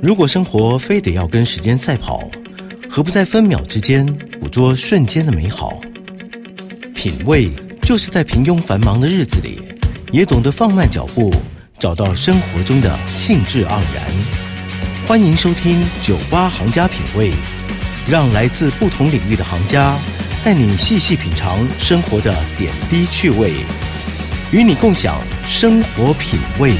如果生活非得要跟时间赛跑，何不在分秒之间捕捉瞬间的美好？品味就是在平庸繁忙的日子里，也懂得放慢脚步，找到生活中的兴致盎然。欢迎收听《酒吧行家品味》，让来自不同领域的行家带你细细品尝生活的点滴趣味，与你共享生活品味。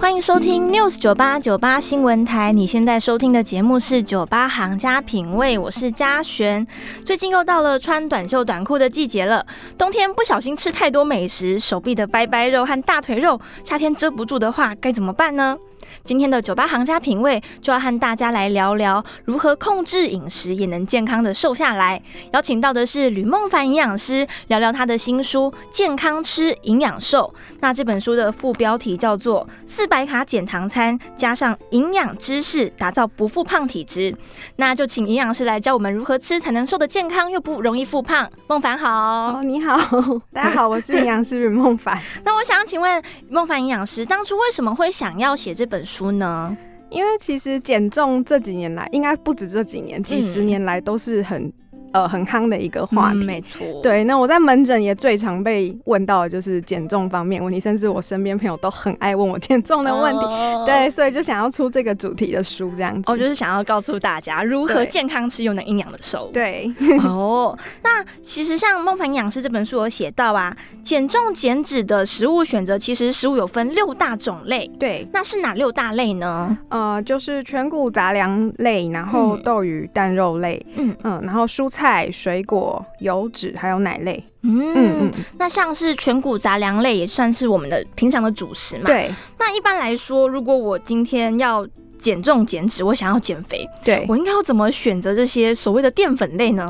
欢迎收听 News 九八九八新闻台。你现在收听的节目是《酒吧行家品味》，我是嘉璇。最近又到了穿短袖短裤的季节了，冬天不小心吃太多美食，手臂的掰掰肉和大腿肉，夏天遮不住的话该怎么办呢？今天的酒吧行家品味就要和大家来聊聊如何控制饮食也能健康的瘦下来。邀请到的是吕梦凡营养师，聊聊他的新书《健康吃营养瘦》。那这本书的副标题叫做“四百卡减糖餐加上营养知识，打造不复胖体质”。那就请营养师来教我们如何吃才能瘦得健康又不容易复胖。梦凡好，哦，你好， 大家好，我是营养师云梦凡。那我想请问梦凡营养师，当初为什么会想要写这本书呢？ 因为其实减重这几年来，应该不止这几年，几十年来都是很、呃很夯的一个话嗯题。没错，对，那我在门诊也最常被问到的就是减重方面问题，甚至我身边朋友都很爱问我减重的问题。哦对，所以就想要出这个主题的书这样子。哦，就是想要告诉大家如何对健康吃又能营养的瘦。对，哦，那其实像《梦鹏营养师》这本书有写到啊，减重减脂的食物选择，其实食物有分六大种类。对，那是哪六大类呢？呃，就是全谷杂粮类，然后嗯豆鱼蛋肉类，嗯嗯，然后蔬菜、水果、油脂还有奶类。嗯嗯，嗯，那像是全谷杂粮类也算是我们的平常的主食嘛。。对那一般来说，如果我今天要减重减脂，我想要减肥，对。我应该要怎么选择这些所谓的淀粉类呢？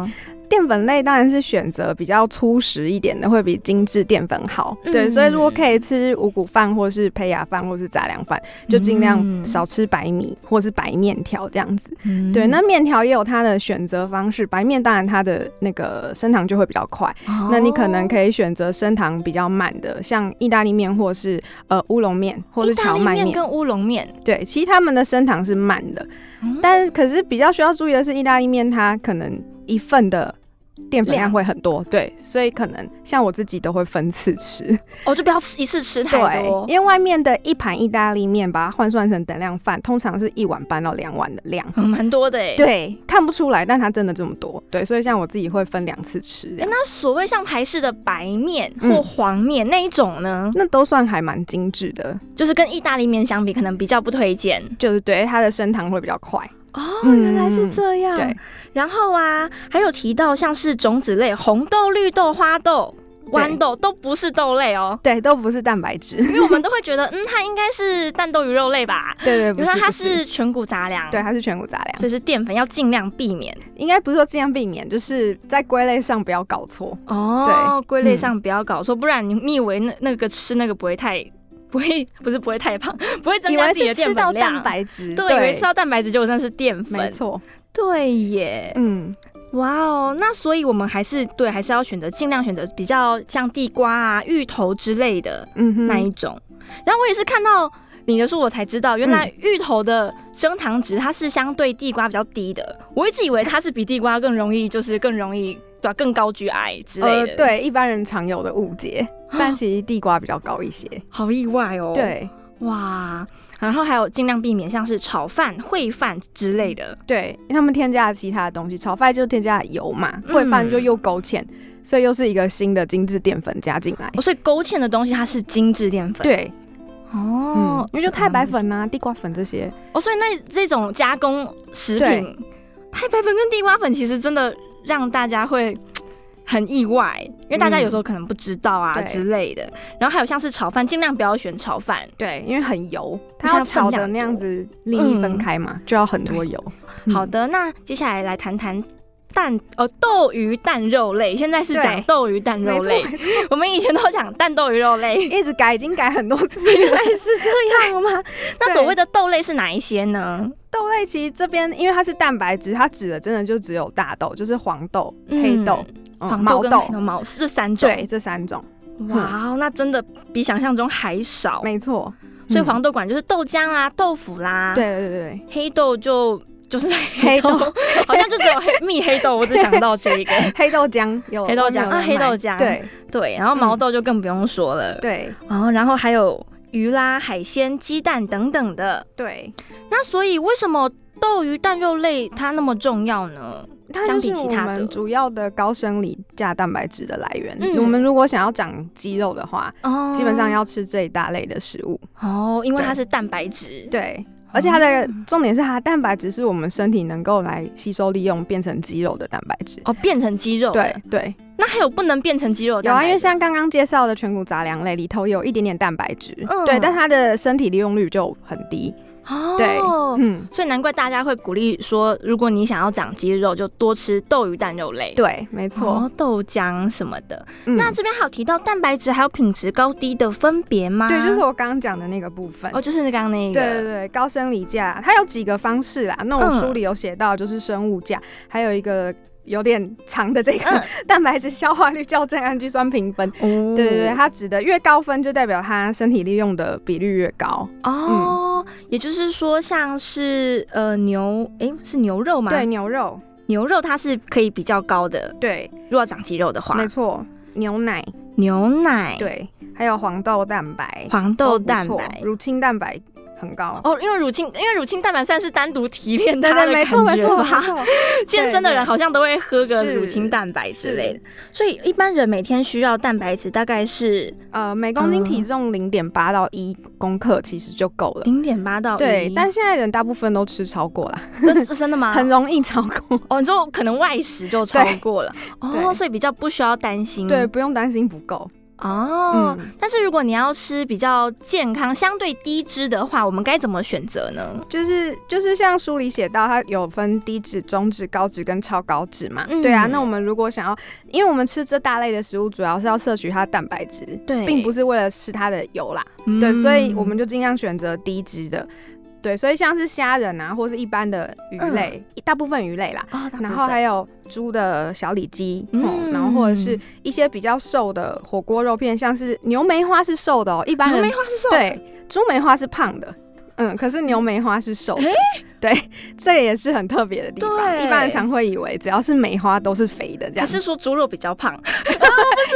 淀粉类当然是选择比较粗食一点的，会比精致淀粉好。嗯对，所以如果可以吃五谷饭或是胚芽饭或是杂粮饭，就尽量少吃白米或是白面条这样子。嗯对，那面条也有它的选择方式，白面当然它的那个升糖就会比较快，哦嗯那你可能以可以选择升糖比较慢的，像意大利面或是呃乌龙面或是荞麦面。跟乌龙面。对，其实他们的升糖是慢的，嗯但可是比较需要注意的是，意大利面它可能一份的淀粉量量会很多，对，所以可能像我自己都会分次吃，哦，就不要吃一次吃太对多，。因为外面的一盘意大利面，把它换算成等量饭，通常是一碗半到两碗的量。嗯 蛮多的哎。对，看不出来，但它真的这么多，对，所以像我自己会分两次吃这诶样，那所谓像台式的白面嗯或黄面、那一种呢，那都算还蛮精致的，就是跟意大利面相比，可能比较不推荐。就是对它的升糖会比较快，哦嗯原来是这样对，然后啊，还有提到像是种子类，红豆、绿豆、花豆、豌豆都不是豆类哦。 对，都不是蛋白质，因为我们都会觉得，嗯，它应该是蛋豆鱼肉类吧？对对，不原是来它不是，是全谷杂粮，对，，它是全谷杂粮。所以是淀粉要尽量避免应该不是说尽量避免，就是在归类上不要搞错。哦。归嗯类上不要搞错，不然你你以为那那个吃那个不会太不会 不是不会太胖，不会增以加为自己的是淀吃粉到量。蛋白质，对，以为吃到蛋白质就算是淀没粉。错，对耶，嗯，哇哦，那所以我们还是对，还是要选择尽量选择比较像地瓜啊、芋头之类的嗯哼，那一种。然后我也是看到你的书，我才知道原嗯来芋头的升糖值它是相对地瓜比较低的。我一直以为它是比地瓜更容易，就是更容易对、吧啊更高 GI 之类的。，呃对一般人常有的误 解，但其实地瓜比较高一些。好意外哦。，对哇，然后还有尽量避免像是炒饭、烩饭之类的。对，因为他们添加了其他的东西，炒饭就添加了油嘛，嗯烩饭就又勾芡，所以又是一个新的精致淀粉加进来。哦所以勾芡的东西它是精致淀粉。嗯对，嗯哦，，因为就太白粉啊、地瓜粉这些，哦，所以那这种加工食品对，太白粉跟地瓜粉其实真的让大家会很意外，因为大家有时候可能不知道啊对之类的。然后还有像是炒饭，尽量不要选炒饭，对，因为很油，而且它它要炒的分量那样子粒粒嗯分开嘛，就要很多油。嗯好的，那接下来来谈谈。蛋哦，豆鱼蛋肉类，现在是讲对豆鱼蛋没肉错类。没错 我们以前都讲蛋豆鱼肉类， 一直改，已经改很多次。原来是这 样吗？那所谓的豆类是哪一些呢？豆类其实这边因为它是蛋白质，它指的真的就只有大豆，就是黄豆、黑豆、嗯、嗯黄豆毛跟豆黑，豆、毛是这三种。对这三种。哇哦，那真的比想象中还少。没错，哦所以嗯黄豆啊管就是豆浆啦、豆腐啦，，对对对对，黑豆就就是黑豆， 好像就只有黑蜜黑豆，我只想 到这一个。黑豆浆有黑豆浆我啊有在黑豆买浆对对，然后毛豆就更不用说了。对哦，然后还有鱼啦、海鲜、鸡蛋等等的。对，那所以为什么豆鱼蛋肉类它那么重要呢？它相就比是其我他的们主要的高生理价蛋白质的来源。嗯我们如果想要长肌肉的话，哦基本上要吃这一大类的食物。哦，因为它对是蛋白质。对，哦而且它的重点是它的蛋白质是我们身体能够来吸收利用变成肌肉的蛋白质。哦，变成肌肉。对，对，那还有不能变成肌肉的蛋有白啊，质？因为像刚刚介绍的全谷杂粮类里头有一点点蛋白质，嗯对，但它的身体利用率就很低。哦，对嗯，所以难怪大家会鼓励说，如果你想要长肌肉，就多吃豆鱼蛋肉类，对，没错。哦，豆浆什么的。嗯那这边还有提到蛋白质还有品质高低的分别吗？对，就是我刚刚讲的那个部分。哦，就是刚刚那个，对对对，高生理价，它有几个方式啦。那嗯我书里有写到，就是生物价，还有一个有点长的这个、嗯 蛋白质消化率校正氨基酸评分。哦对对对，它指的越高分，就代表它身体利用的比率越高。嗯哦，也就是说像是呃牛，诶，是牛肉吗？对，，牛肉，牛肉它是可以比较高的，对，如果要长肌肉的话没，错，牛奶，牛奶、对，还有黄豆蛋白，黄豆蛋都不白错。乳清蛋白很高。哦，因为乳清，因为乳清蛋白算是单独提炼它对的对，没错没感觉错没吧 错，健身的人好像都会喝个是乳清蛋白之类的，所以一般人每天需要蛋白质大概是呃，每公斤嗯体重零点八到一公克其实就够了。零点八到1对，但现在人大部分都吃超过啦，这这真的吗？ 很容易超过。哦，你说可能外食就超过了哦，对所以比较不需要担心。对，不用担心不够。哦，嗯，但是如果你要吃比较健康、相对低脂的话，我们该怎么选择呢？就是就是像书里写到，它有分低脂、中脂、高脂跟超高脂嘛。嗯对啊，那我们如果想要，因为我们吃这大类的食物，主要是要摄取它的蛋白质，对并不是是为了吃它的油啦。对，所嗯以我们就尽量选择低脂的。对，所以像是虾仁啊，或是一般的鱼嗯类，一大部分鱼类啦，哦，大部分然后还有猪的小里脊，嗯嗯，然后或者是一些比较瘦的火锅肉片，像是牛梅花是瘦的哦，一般牛人梅花是瘦的，对猪梅花是胖的。嗯，可是牛梅花是瘦的，对， 这个也是很特别的地方。嗯对一般人常会以为只要是梅花都是肥的这还样，是说猪肉比较胖？哦不是，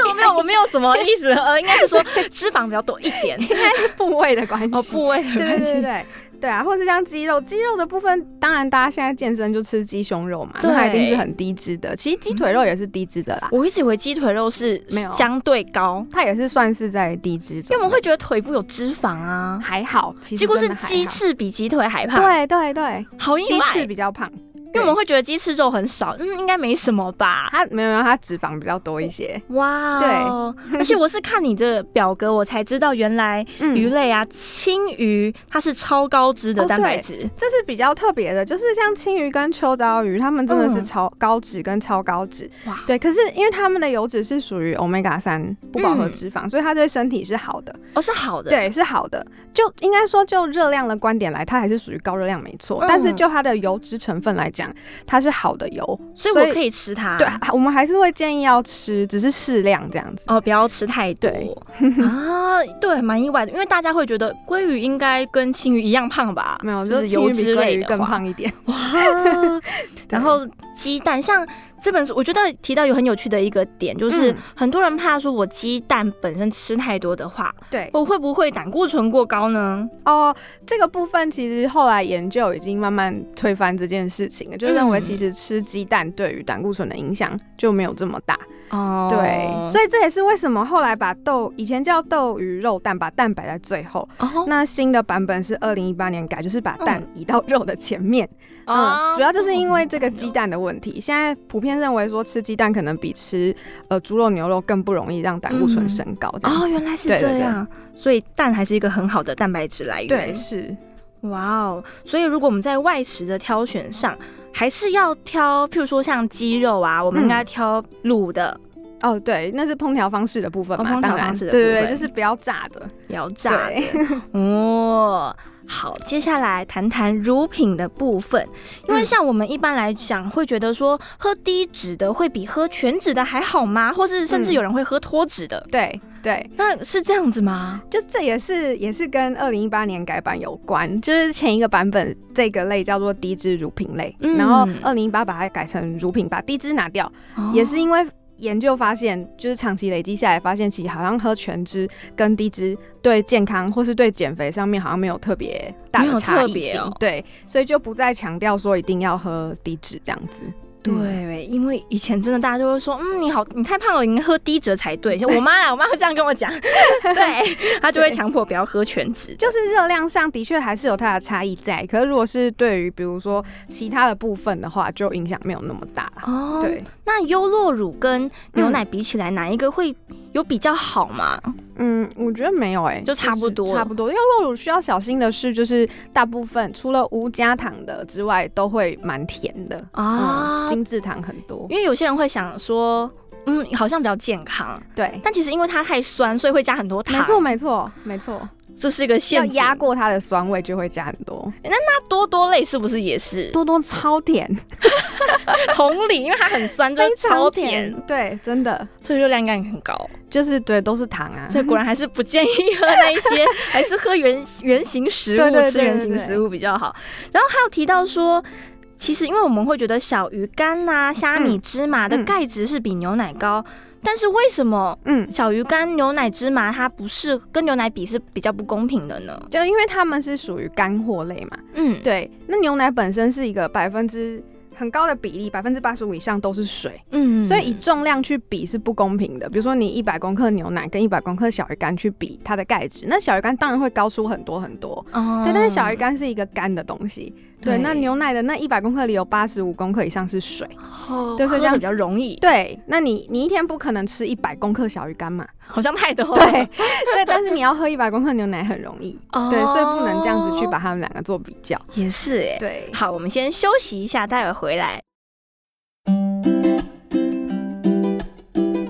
我没 有，我没有什么意思，呃，应该是说 脂肪比较多一点。应该是部位的关系。 哦，部 位的对对关对对系。对对啊，或是像鸡肉，鸡肉的部分，当然大家现在健身就吃鸡胸肉嘛，对嗯那它一定是很低脂的。其实鸡腿肉也是低脂的啦，我一直以为鸡腿肉是没有相对高，它也是算是在低脂因为中我的。们会觉得腿部有脂肪啊，还好，其实结果真是的还鸡好。翅比鸡腿还胖，对对对，好意鸡翅外。比较胖，因为我们会觉得鸡翅肉很少，嗯，应该没什么吧。它没有没有它脂肪比较多一些。哇 哦，而且我是看你的表格，我才知道原来嗯鱼类啊，青鱼它是超高脂的哦蛋白对质，这是比较特别的，就是像青鱼跟秋刀鱼，它们真的是嗯超高脂跟超高脂。哇对，可是因为它们的油脂是属于 omega 三不饱嗯和脂肪，所以它对身体是好的。哦，是好的。，对，是好的。就应该说，就热量的观点来，它还是属于高热量没错。但是嗯就它的油脂成分来讲，它是好的油，所以我可以吃它。对，我们还是会建议要吃，只是适量这样子。哦，不要吃太多对 啊，对，蛮意外的，因为大家会觉得鲑鱼应该跟青鱼一样胖吧，没有，就是是青油鱼比脂鲑类鱼的更话。胖一 点。 哇对然后鸡蛋，像这本书，我觉得提到有很有趣的一个点，就是嗯很多人怕说我鸡蛋本身吃太多的话，对我会不会胆固醇过高呢？哦，这个部分其实后来研究已经慢慢推翻这件事情了，就认为嗯其实吃鸡蛋对于胆固醇的影响就没有这么大。哦对，所以这也是为什么后来把豆以前叫豆鱼肉蛋，把蛋摆在最后。哦那新的版本是二零一八年改，就是把蛋移到肉的前面。哦嗯，主要就是因为这个鸡蛋的问题，现在普遍认为说吃鸡蛋可能比吃呃猪肉、牛肉更不容易让胆固醇升高。这样子哦，原来是对对这对样，所以蛋还是一个很好的蛋白质来源。对，是哇哦！所以如果我们在外食的挑选上，还是要挑，譬如说像鸡肉啊，我们应该挑卤的，哦，对，那是烹调方式的部分哦嘛，烹调当然方式的对部对对， 分就是不要炸的。不要炸的哦。好，接下来谈谈乳品的部分，因为像我们一般来讲，会觉得说喝低脂的会比喝全脂的还好吗？或是甚至有人会喝脱脂的，哦对对，嗯那是这样子吗？就这也是也是跟二零一八年改版有关，就是前一个版本这个类叫做低脂乳品类，嗯然后二零一八把它改成乳品，把低脂拿掉，哦也是因为。研究发现，就是长期累积下来，发现其实好像喝全脂跟低脂对健康或是对减肥上面好像没有特别大没有的差特异别性，哦对，所以就不再强调说一定要喝低脂这样子。嗯，对，因为以前真的大家就会说，嗯，你好，你太胖了，你应该喝低脂才对。像我妈 啦，我妈会这样跟我讲，对，她就会强迫我不要喝全脂。就是热量上的确还是有它的差异在，可是如果是对于比如说其他的部分的话，就影响没有那么大啦。哦，对，那优酪乳跟牛奶比起来，哪一个会有比较好嘛？嗯，我觉得没有哎、就差不多是差不多。因为酪乳需要小心的是，就是大部分除了无加糖的之外，都会蛮甜的啊嗯，精致糖很多。因为有些人会想说，嗯，好像比较健康，对，但其实因为它太酸，所以会加很多糖。没错，没错，没错，这是一个要陷阱。压过它的酸味就会加很多，那多多类是不是也是？多多超甜， 同理，因为它很 酸，就非是超常甜，，对，真的所以热量感很高。就是对，都是糖啊。所以果然还是不建议喝那一些，还是喝原原形食物，对对对吃原对形对食物比较好。然后还有提到说。其实，因为我们会觉得小鱼干呐、虾米、嗯芝麻的嗯钙质是比牛奶高，但是为什么嗯，小鱼干、牛奶、芝麻它不是跟牛奶比是比较不公平的呢？就因为它们是属于干货类嘛，嗯，对，那牛奶本身是一个百分之很高的比例，百分之八十五以上都是水，嗯所以以重量去比是不公平的。比如说你一百公克牛奶跟一百公克小鱼干去比它的钙质，那小鱼干当然会高出很多很多。哦对，但是小鱼干是一个干的东西，对，那牛奶的那一百公克里有八十五公克以上是水，哦对所以这样喝得比较容易，对，那你你一天不可能吃一百公克小鱼干嘛，好像太多了，对， 所以但是你要喝一百公克牛奶很容易，哦对，所以不能这样子去把它们两个做比较，也是哎，对。好，我们先休息一下，待会儿回来。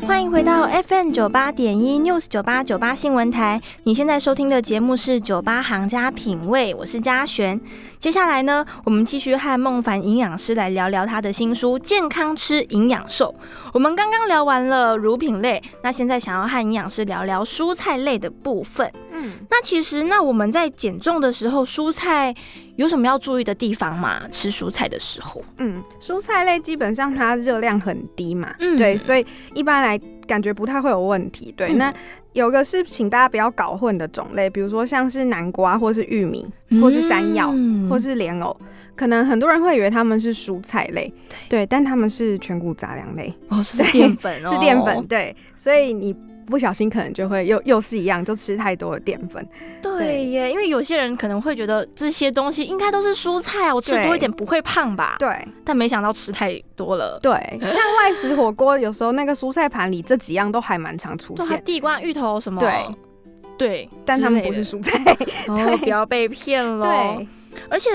欢迎回到 FM 九八点一 News 九八九八新闻台，你现在收听的节目是《酒吧行家品味》，我是嘉璇。接下来呢，我们继续和孟凡营养师来聊聊他的新书《健康吃营养瘦》。我们刚刚聊完了乳品类，那现在想要和营养师聊聊蔬菜类的部分。嗯，那其实，那我们在减重的时候，蔬菜有什么要注意的地方吗？吃蔬菜的时候，嗯，蔬菜类基本上它热量很低嘛，嗯对，所以一般来感觉不太会有问题。对，嗯那有个是请大家不要搞混的种类，比如说像是南瓜或是玉米，或是山药，嗯或是莲藕，可能很多人会以为它们是蔬菜类，对，但它们是全谷杂粮类，哦是淀粉哦， 是淀粉，。对，所以你不小心可能就会又又是一样，就吃太多的淀粉。对对耶，因为有些人可能会觉得这些东西应该都是蔬菜啊，我吃对多一点不会胖吧？对但没想到吃太多了。对，像外食火锅，有时候那个蔬菜盘里这几样都还蛮常出对，还现，地瓜、芋头什么？对对，但之它们类不的是 蔬菜。哦，对不要被骗喽。对，，而且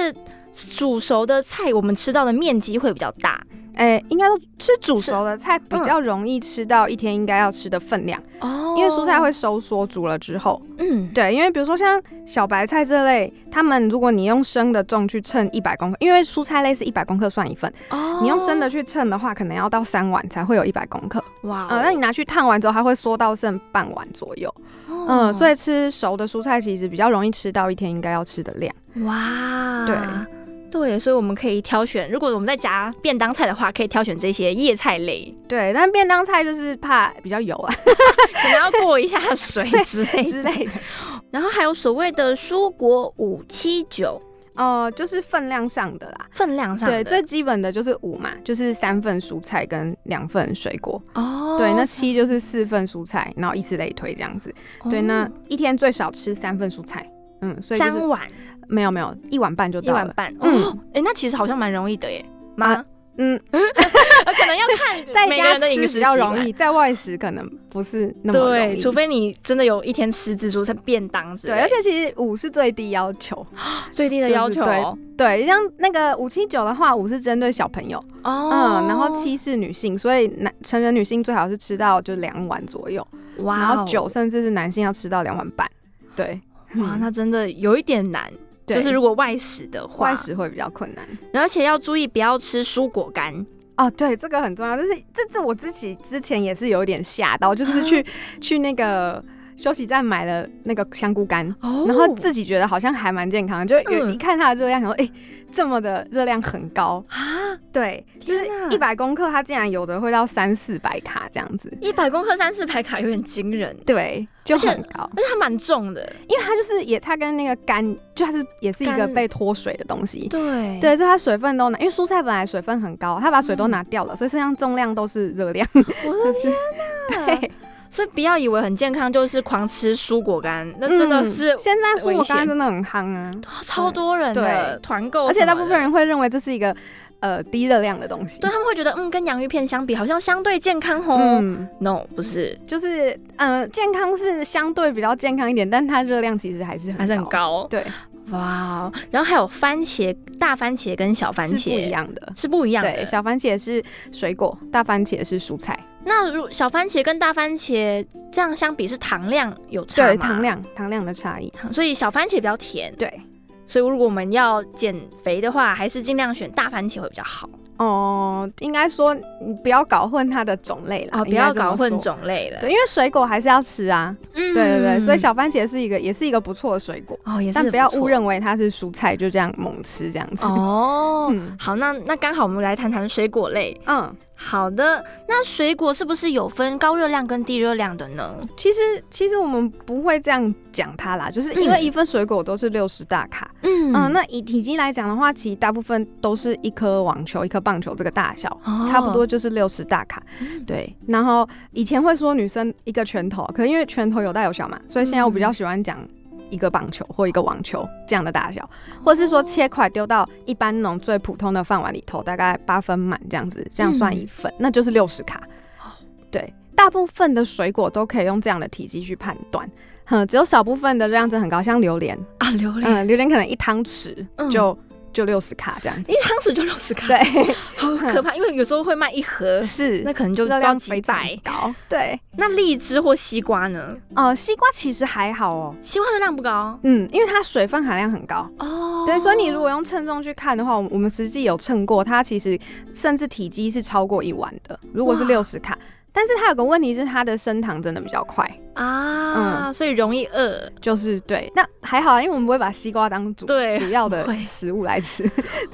煮熟的菜，我们吃到的面积会比较大。哎、应该都吃煮熟的菜嗯比较容易吃到一天应该要吃的分量，哦因为蔬菜会收缩，煮了之后，嗯对，因为比如说像小白菜这类，它们如果你用生的重去称一百公克，因为蔬菜类是一百公克算一份，哦你用生的去称的话，可能要到三碗才会有一百公克，哇哦，呃，那你拿去烫完之后，它会缩到剩半碗左右，嗯、所以以吃熟的蔬菜其实比较容易吃到一天应该要吃的量，哇，对对，所以我们可以挑选，如果我们在夹便当菜的话，可以挑选这些叶菜 类，对，但便当菜就是怕比较油啊 可能要过一下水之类的之类的。然后还有所谓的蔬果五七九哦，就是分量上的啦。分量上的，对，最基本的就是五嘛，就是三份蔬菜跟两份水果。哦，对，那七就是四份蔬菜，然后依次类推这样子。对，那哦一天最少吃三份蔬菜。嗯，所以就三是碗没有没有一碗半就一到碗了。半，嗯哦，哎，那其实好像蛮容易的耶，妈啊，嗯，呃 可能要看 在每个家人的吃饮食比较习容惯易，在外食可能不是那么容对，易。除非你真的有一天吃自助餐便当之类对，的，而且其实五是最低要求。最低的就是要求对哦，对，像那个五七九的话，五是针对小朋友，嗯，然后哦七是女性，所以男成人女性最好是吃到就两碗左右。哇哦，然后酒甚至是男性要吃到两碗半，对。哇，嗯那真的有一点难。对就是如果外食的话，外，食会比较困难。而且要注意不要吃蔬果干。哦，对，这个很重要。但是这次我自己之前也是有一点吓到，就是去、去那个休息站买了那个香菇干，哦然后自己觉得好像还蛮健康的，就有、嗯一看它的热量，想说哎、诶这么的热量很高，啊，对，就是天哪一百公克它竟然有的会到三四百卡这样子，一百公克三四排卡有点惊人，对，就而且很高，而且它蛮重的。因为它就是也它跟那个干，就它是也是一个干被脱水的东西。对，对，所以它水分都拿，因为蔬菜本来水分很高，它把水嗯都拿掉了，所以身上重量都是热量。我的是天哪！对所以不要以为很健康就是狂吃蔬果干，那真的嗯是、现在蔬危果险干真的很夯啊，超多人的对团购，而且大部分。人会认为这是一个呃低热量的东西。对他们会觉得，嗯，跟洋芋片相比，好像相对健康哦。嗯， No，不是，就是嗯、呃健康是相对比较健康一点，但它热量其实还是很还是很。高。对，哇哦，然后还有番茄，大番茄跟小番茄是不一，样的。是不一样的。对，小番茄是水果，大番茄是蔬菜。那如小番茄跟大番茄这样相比，是糖量有差对，吗糖，量糖量的差异。糖所以小番茄比较甜。对，所以如果我们要减肥的话，还是尽量选大番茄会比较好哦、应该说你不要搞混它的种类啦，哦，不应该要这么搞混说。种类了。对，因为水果还是要吃啊。嗯对对对，所以小番茄是一个，也是一个不错的水果，哦也是但不要错误认为它是蔬菜，就这样猛吃这样子。哦。 嗯好，那那刚好我们来谈谈水果类。嗯，好的，那水果是不是有分高热量跟低热量的呢？其实其实我们不会这样讲它啦，就是因为一份水果都是六十大卡，嗯嗯、那以体积来讲的话，其实大部分都是一颗网球、一颗棒球这个大小。哦嗯差不多就是六十大卡，对。然后以前会说女生一个拳头，可是因为拳头有大有小嘛，所以现在我比较喜欢讲一个棒球或一个网球这样的大哦小，或是说切块丢到一般那种最普通的饭碗里头，大概八分满这样子，这样算一嗯份，那就是六十卡。哦对，大部分的水果都可以用这样的体积去判断。哼，只有少部分的热量值很高，像榴莲，啊，榴莲、嗯，榴莲可能一汤匙嗯就、就六十卡这样子，一汤匙就六十卡，，对， 好可怕，因为有时候会卖一盒，是那可能就热到量几非常百。高， 对，那荔枝或西瓜呢？呃，西瓜其实还好哦，西瓜热量不高嗯，因为它水分含量很高，哦对，所以你如果用称重去看的话，我们我们实际有称过，它其实甚至体积是超过一碗的，如果是哇六十卡，但是它有个问题是它的升糖真的比较快，啊，所以容易饿。就是对，那还好啊，因为我们不会把西瓜当主对主要不会的食物来吃，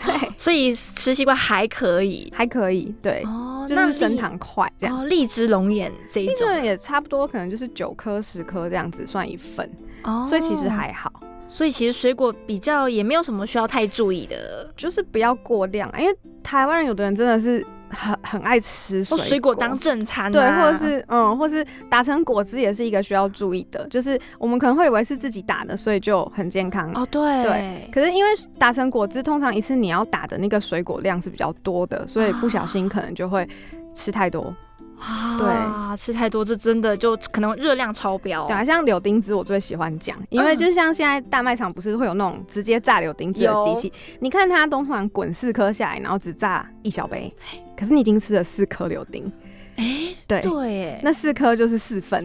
对，所以吃西瓜还可以还可以，对，哦就那是荔升糖快这样。哦，荔枝龙眼这一一种种也差不多，可能就是九颗十颗这样子算一份，哦所以其实还好。所以其实水果比较也没有什么需要太注意的。就是不要过量啊，因为台湾人有的人真的是很很爱吃水或果，水果当正餐、啊，对，或者是嗯，或是打成果汁也是一个需要注意的，就是我们可能会以为是自己打的，所以就很健康。哦，对对，可是因为打成果汁，通常一次你要打的那个水果量是比较多的，所以不小心可能就会吃太哦多。啊，吃太多这真的就可能热量超标。对啊，像柳丁汁我最喜欢讲，因为嗯就像现在大卖场不是会有那种直接榨柳丁汁的机器，你看它通常滚四颗下来，然后只榨一小杯，可是你已经吃了四颗柳丁，哎，对，对耶，那四颗就是四 份，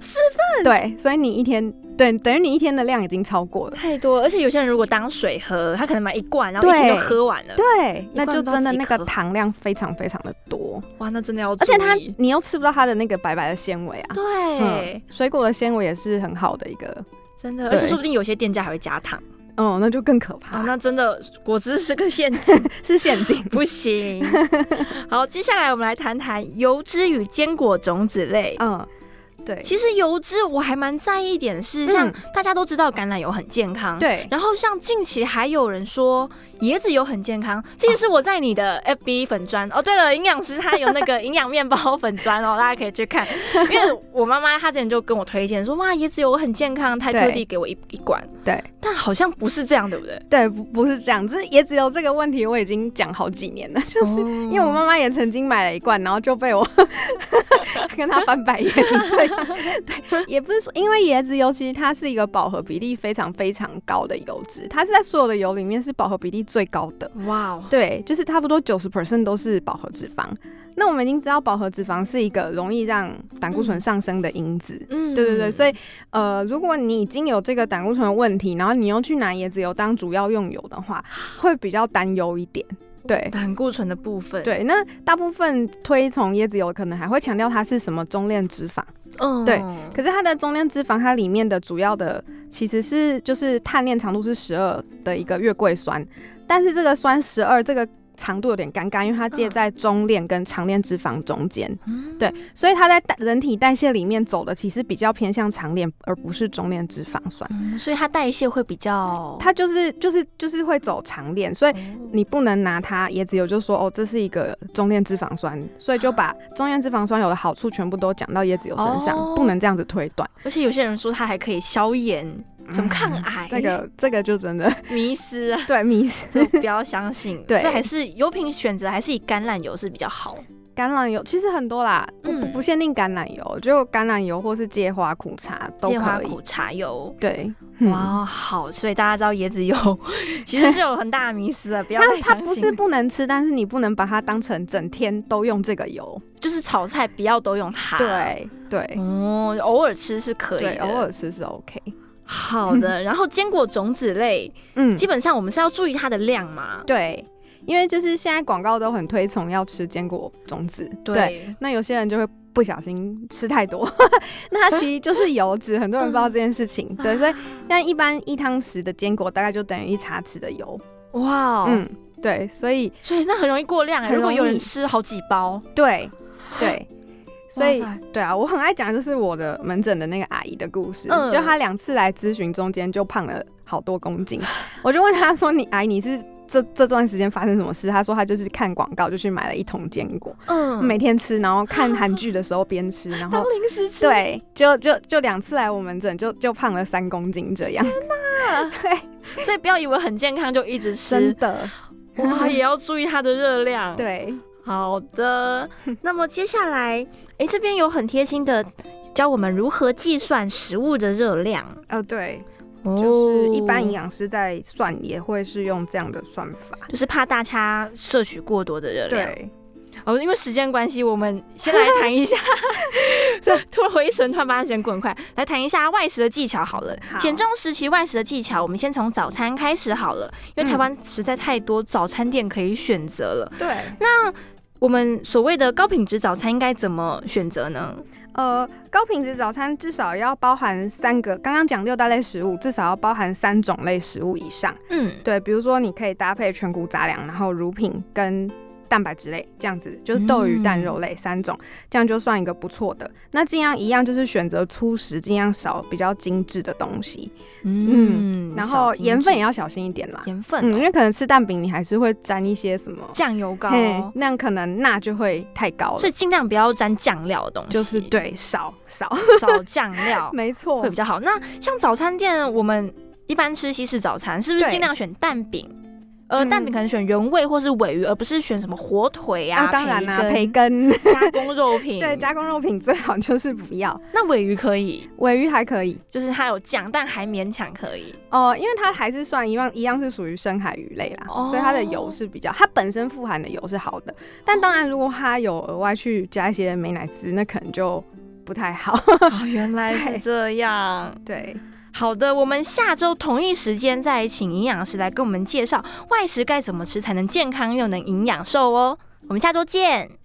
四份，对，所以你一天对等于你一天的量已经超过了，太多，而且有些人如果当水喝，他可能买一罐，然后一天对就喝完了。对，一那罐就不知道真的几那个颗糖量非常非常的多，哇，那真的要注而意，且它你又吃不到它的那个白白的纤维啊，对、嗯，水果的纤维也是很好的一个，真的，而对且说不定有些店家还会加糖嗯，那就更可啊、怕，那真的果汁是个陷阱，是陷 阱。不 行。好，接下来我们来谈谈油脂与坚果种子类。嗯，对，其实油脂我还蛮在意一点是，像嗯大家都知道橄榄油很健康，。对，然后像近期还有人说椰子油很健康，这也是我在你的 FB 粉砖哦。对了，营养师他有那个营养面包粉砖 哦，大家可以去看。因为我妈妈她之前就跟我推荐说，哇，椰子油很健康，她对特地给我一一罐。对，但好像不是这样，对不对？对，不不是这样，这也只有这个问题我已经讲好几年了，就是。嗯因哦为我妈妈也曾经买了一罐，然后就被我 跟她翻白眼。对， 对，也不是说，因为椰子油其实它是一个饱和比例非常非常高的油脂，它是在所有的油里面是饱和比例最高的。哇哦，对，就是差不多九十 percent 都是饱和脂肪。那我们已经知道饱和脂肪是一个容易让胆固醇上升的因子。嗯对对对，所以呃，如果你已经有这个胆固醇的问题，然后你又去拿椰子油当主要用油的话，会比较担忧一点。对胆固醇的部分，，对，那大部分推崇椰子油，可能还会强调它是什么中链脂肪，嗯对可是它的中链脂肪，它里面的主要的其实是就是碳链长度是十二的一个月桂酸，但是这个酸十二这个长度有点尴尬，因为它介嗯在中链跟长链脂肪中间，嗯对，所以它在代人体代谢里面走的其实比较偏向长链，而不是中链脂肪酸。嗯所以它代谢会比较，它就是就是就是会走长链，所以哦你不能拿它椰子油就说哦，这是一个中链脂肪酸，所以就把中链脂肪酸有的好处全部都讲到椰子油身上，哦不能这样子推断。而且有些人说它还可以消炎，怎么啊抗癌？这嗯个这个就真的 迷思啊，对迷思。就不要相信。 对所以还是油品选择还是以橄榄油是比较好。橄榄油其实很多啦，不不嗯不限定橄榄油，就橄榄油或是芥花苦茶都芥花可以苦。茶油。对，嗯，哇，好，所以大家知道椰 子油其实是有很大的迷思啊，不要它太它相不信是。不能吃，但是你不能把它当成整天都用这个油。就是炒菜不要都用它。，对对哦，偶尔吃是可以对，的，偶尔吃是 OK。好 的，然后坚果种子类，嗯基本上我们是要注意它的量嘛。对，因为就是现在广告都很推崇要吃坚果种子，对，那有些人就会不小心吃太多， 那它其实就是油脂，很多人不知道这件事情，对，所以但一般一汤匙的坚果大概就等于一茶匙的油，哇、哦，嗯，对，所以所以那很容易过量啊。很如果容易有人吃好几包，对对。所以哇塞，对啊，我很爱讲的就是我的门诊的那个阿姨的故事，嗯就她两次来咨询，中间就胖了好多公斤。我就问她说：“你阿姨，你是这这段时间发生什么事？”她说她就是看广告就去买了一桶坚果，嗯，每天吃，然后看韩剧的时候边吃，然 当后零食吃，，对，就就就两次来我门诊就就胖了三公斤这样， 所以不要以为很健康就一直真吃，的， 哇，也要注意它的热量。，对，好的。 那么接下来，哎，这边有很贴心的教我们如何计算食物的热量，呃对，哦养师在算也会是用这样的算法，就是怕大家摄取过多的热量。，哦，因为时间关系，我们先来谈 一下。 这突然回神，突然把它先滚快，来谈一下外食的技巧好了。好减重时期外食的技巧，我们先从早餐开始好了，因为台嗯湾实在太多早餐店可以选择了。对，我们所谓的高品质早餐应该怎么选择呢？呃，高品质早餐至少要包含三个，刚刚讲六大类食物，至少要包含三种类食物以上。嗯，对，比如说你可以搭配全谷杂粮，然后乳品跟蛋白质类这样子，就是豆鱼蛋嗯肉类三种，这样就算一个不错的。那尽量一样就是选择粗食，尽量少比较精致的东西，嗯然后盐分也要要小心一点啦。盐分嗯，因哦、为可能吃蛋饼你还是会沾一些什么，酱油膏，嘿，那样可能钠就会太高了，所以尽量不要沾酱料的东西，就是对少少，。少酱料 没错会比，较好。那像早餐店，我们一般吃西式早餐，是不是对尽量选蛋饼？呃，嗯蛋饼可能选原味或是尾鱼，而不是选什么火腿啊、当然啦、培培根，嗯根加工肉品。 对，加工肉品最好就是不要，那尾鱼可以，尾鱼还可以就是它有酱，但还勉强可 以。哦、因为它还是算一样，一样是属于深海鱼类啦，哦所以它的油是比较，它本身富含的油是好的，但当然如果它有额外去加一些美乃滋，那可能就不太好。 哦，原来是 这样。对，好的，我们下周同一时间再请营养师来跟我们介绍外食该怎么吃才能健康又能营养瘦哦。我们下周见。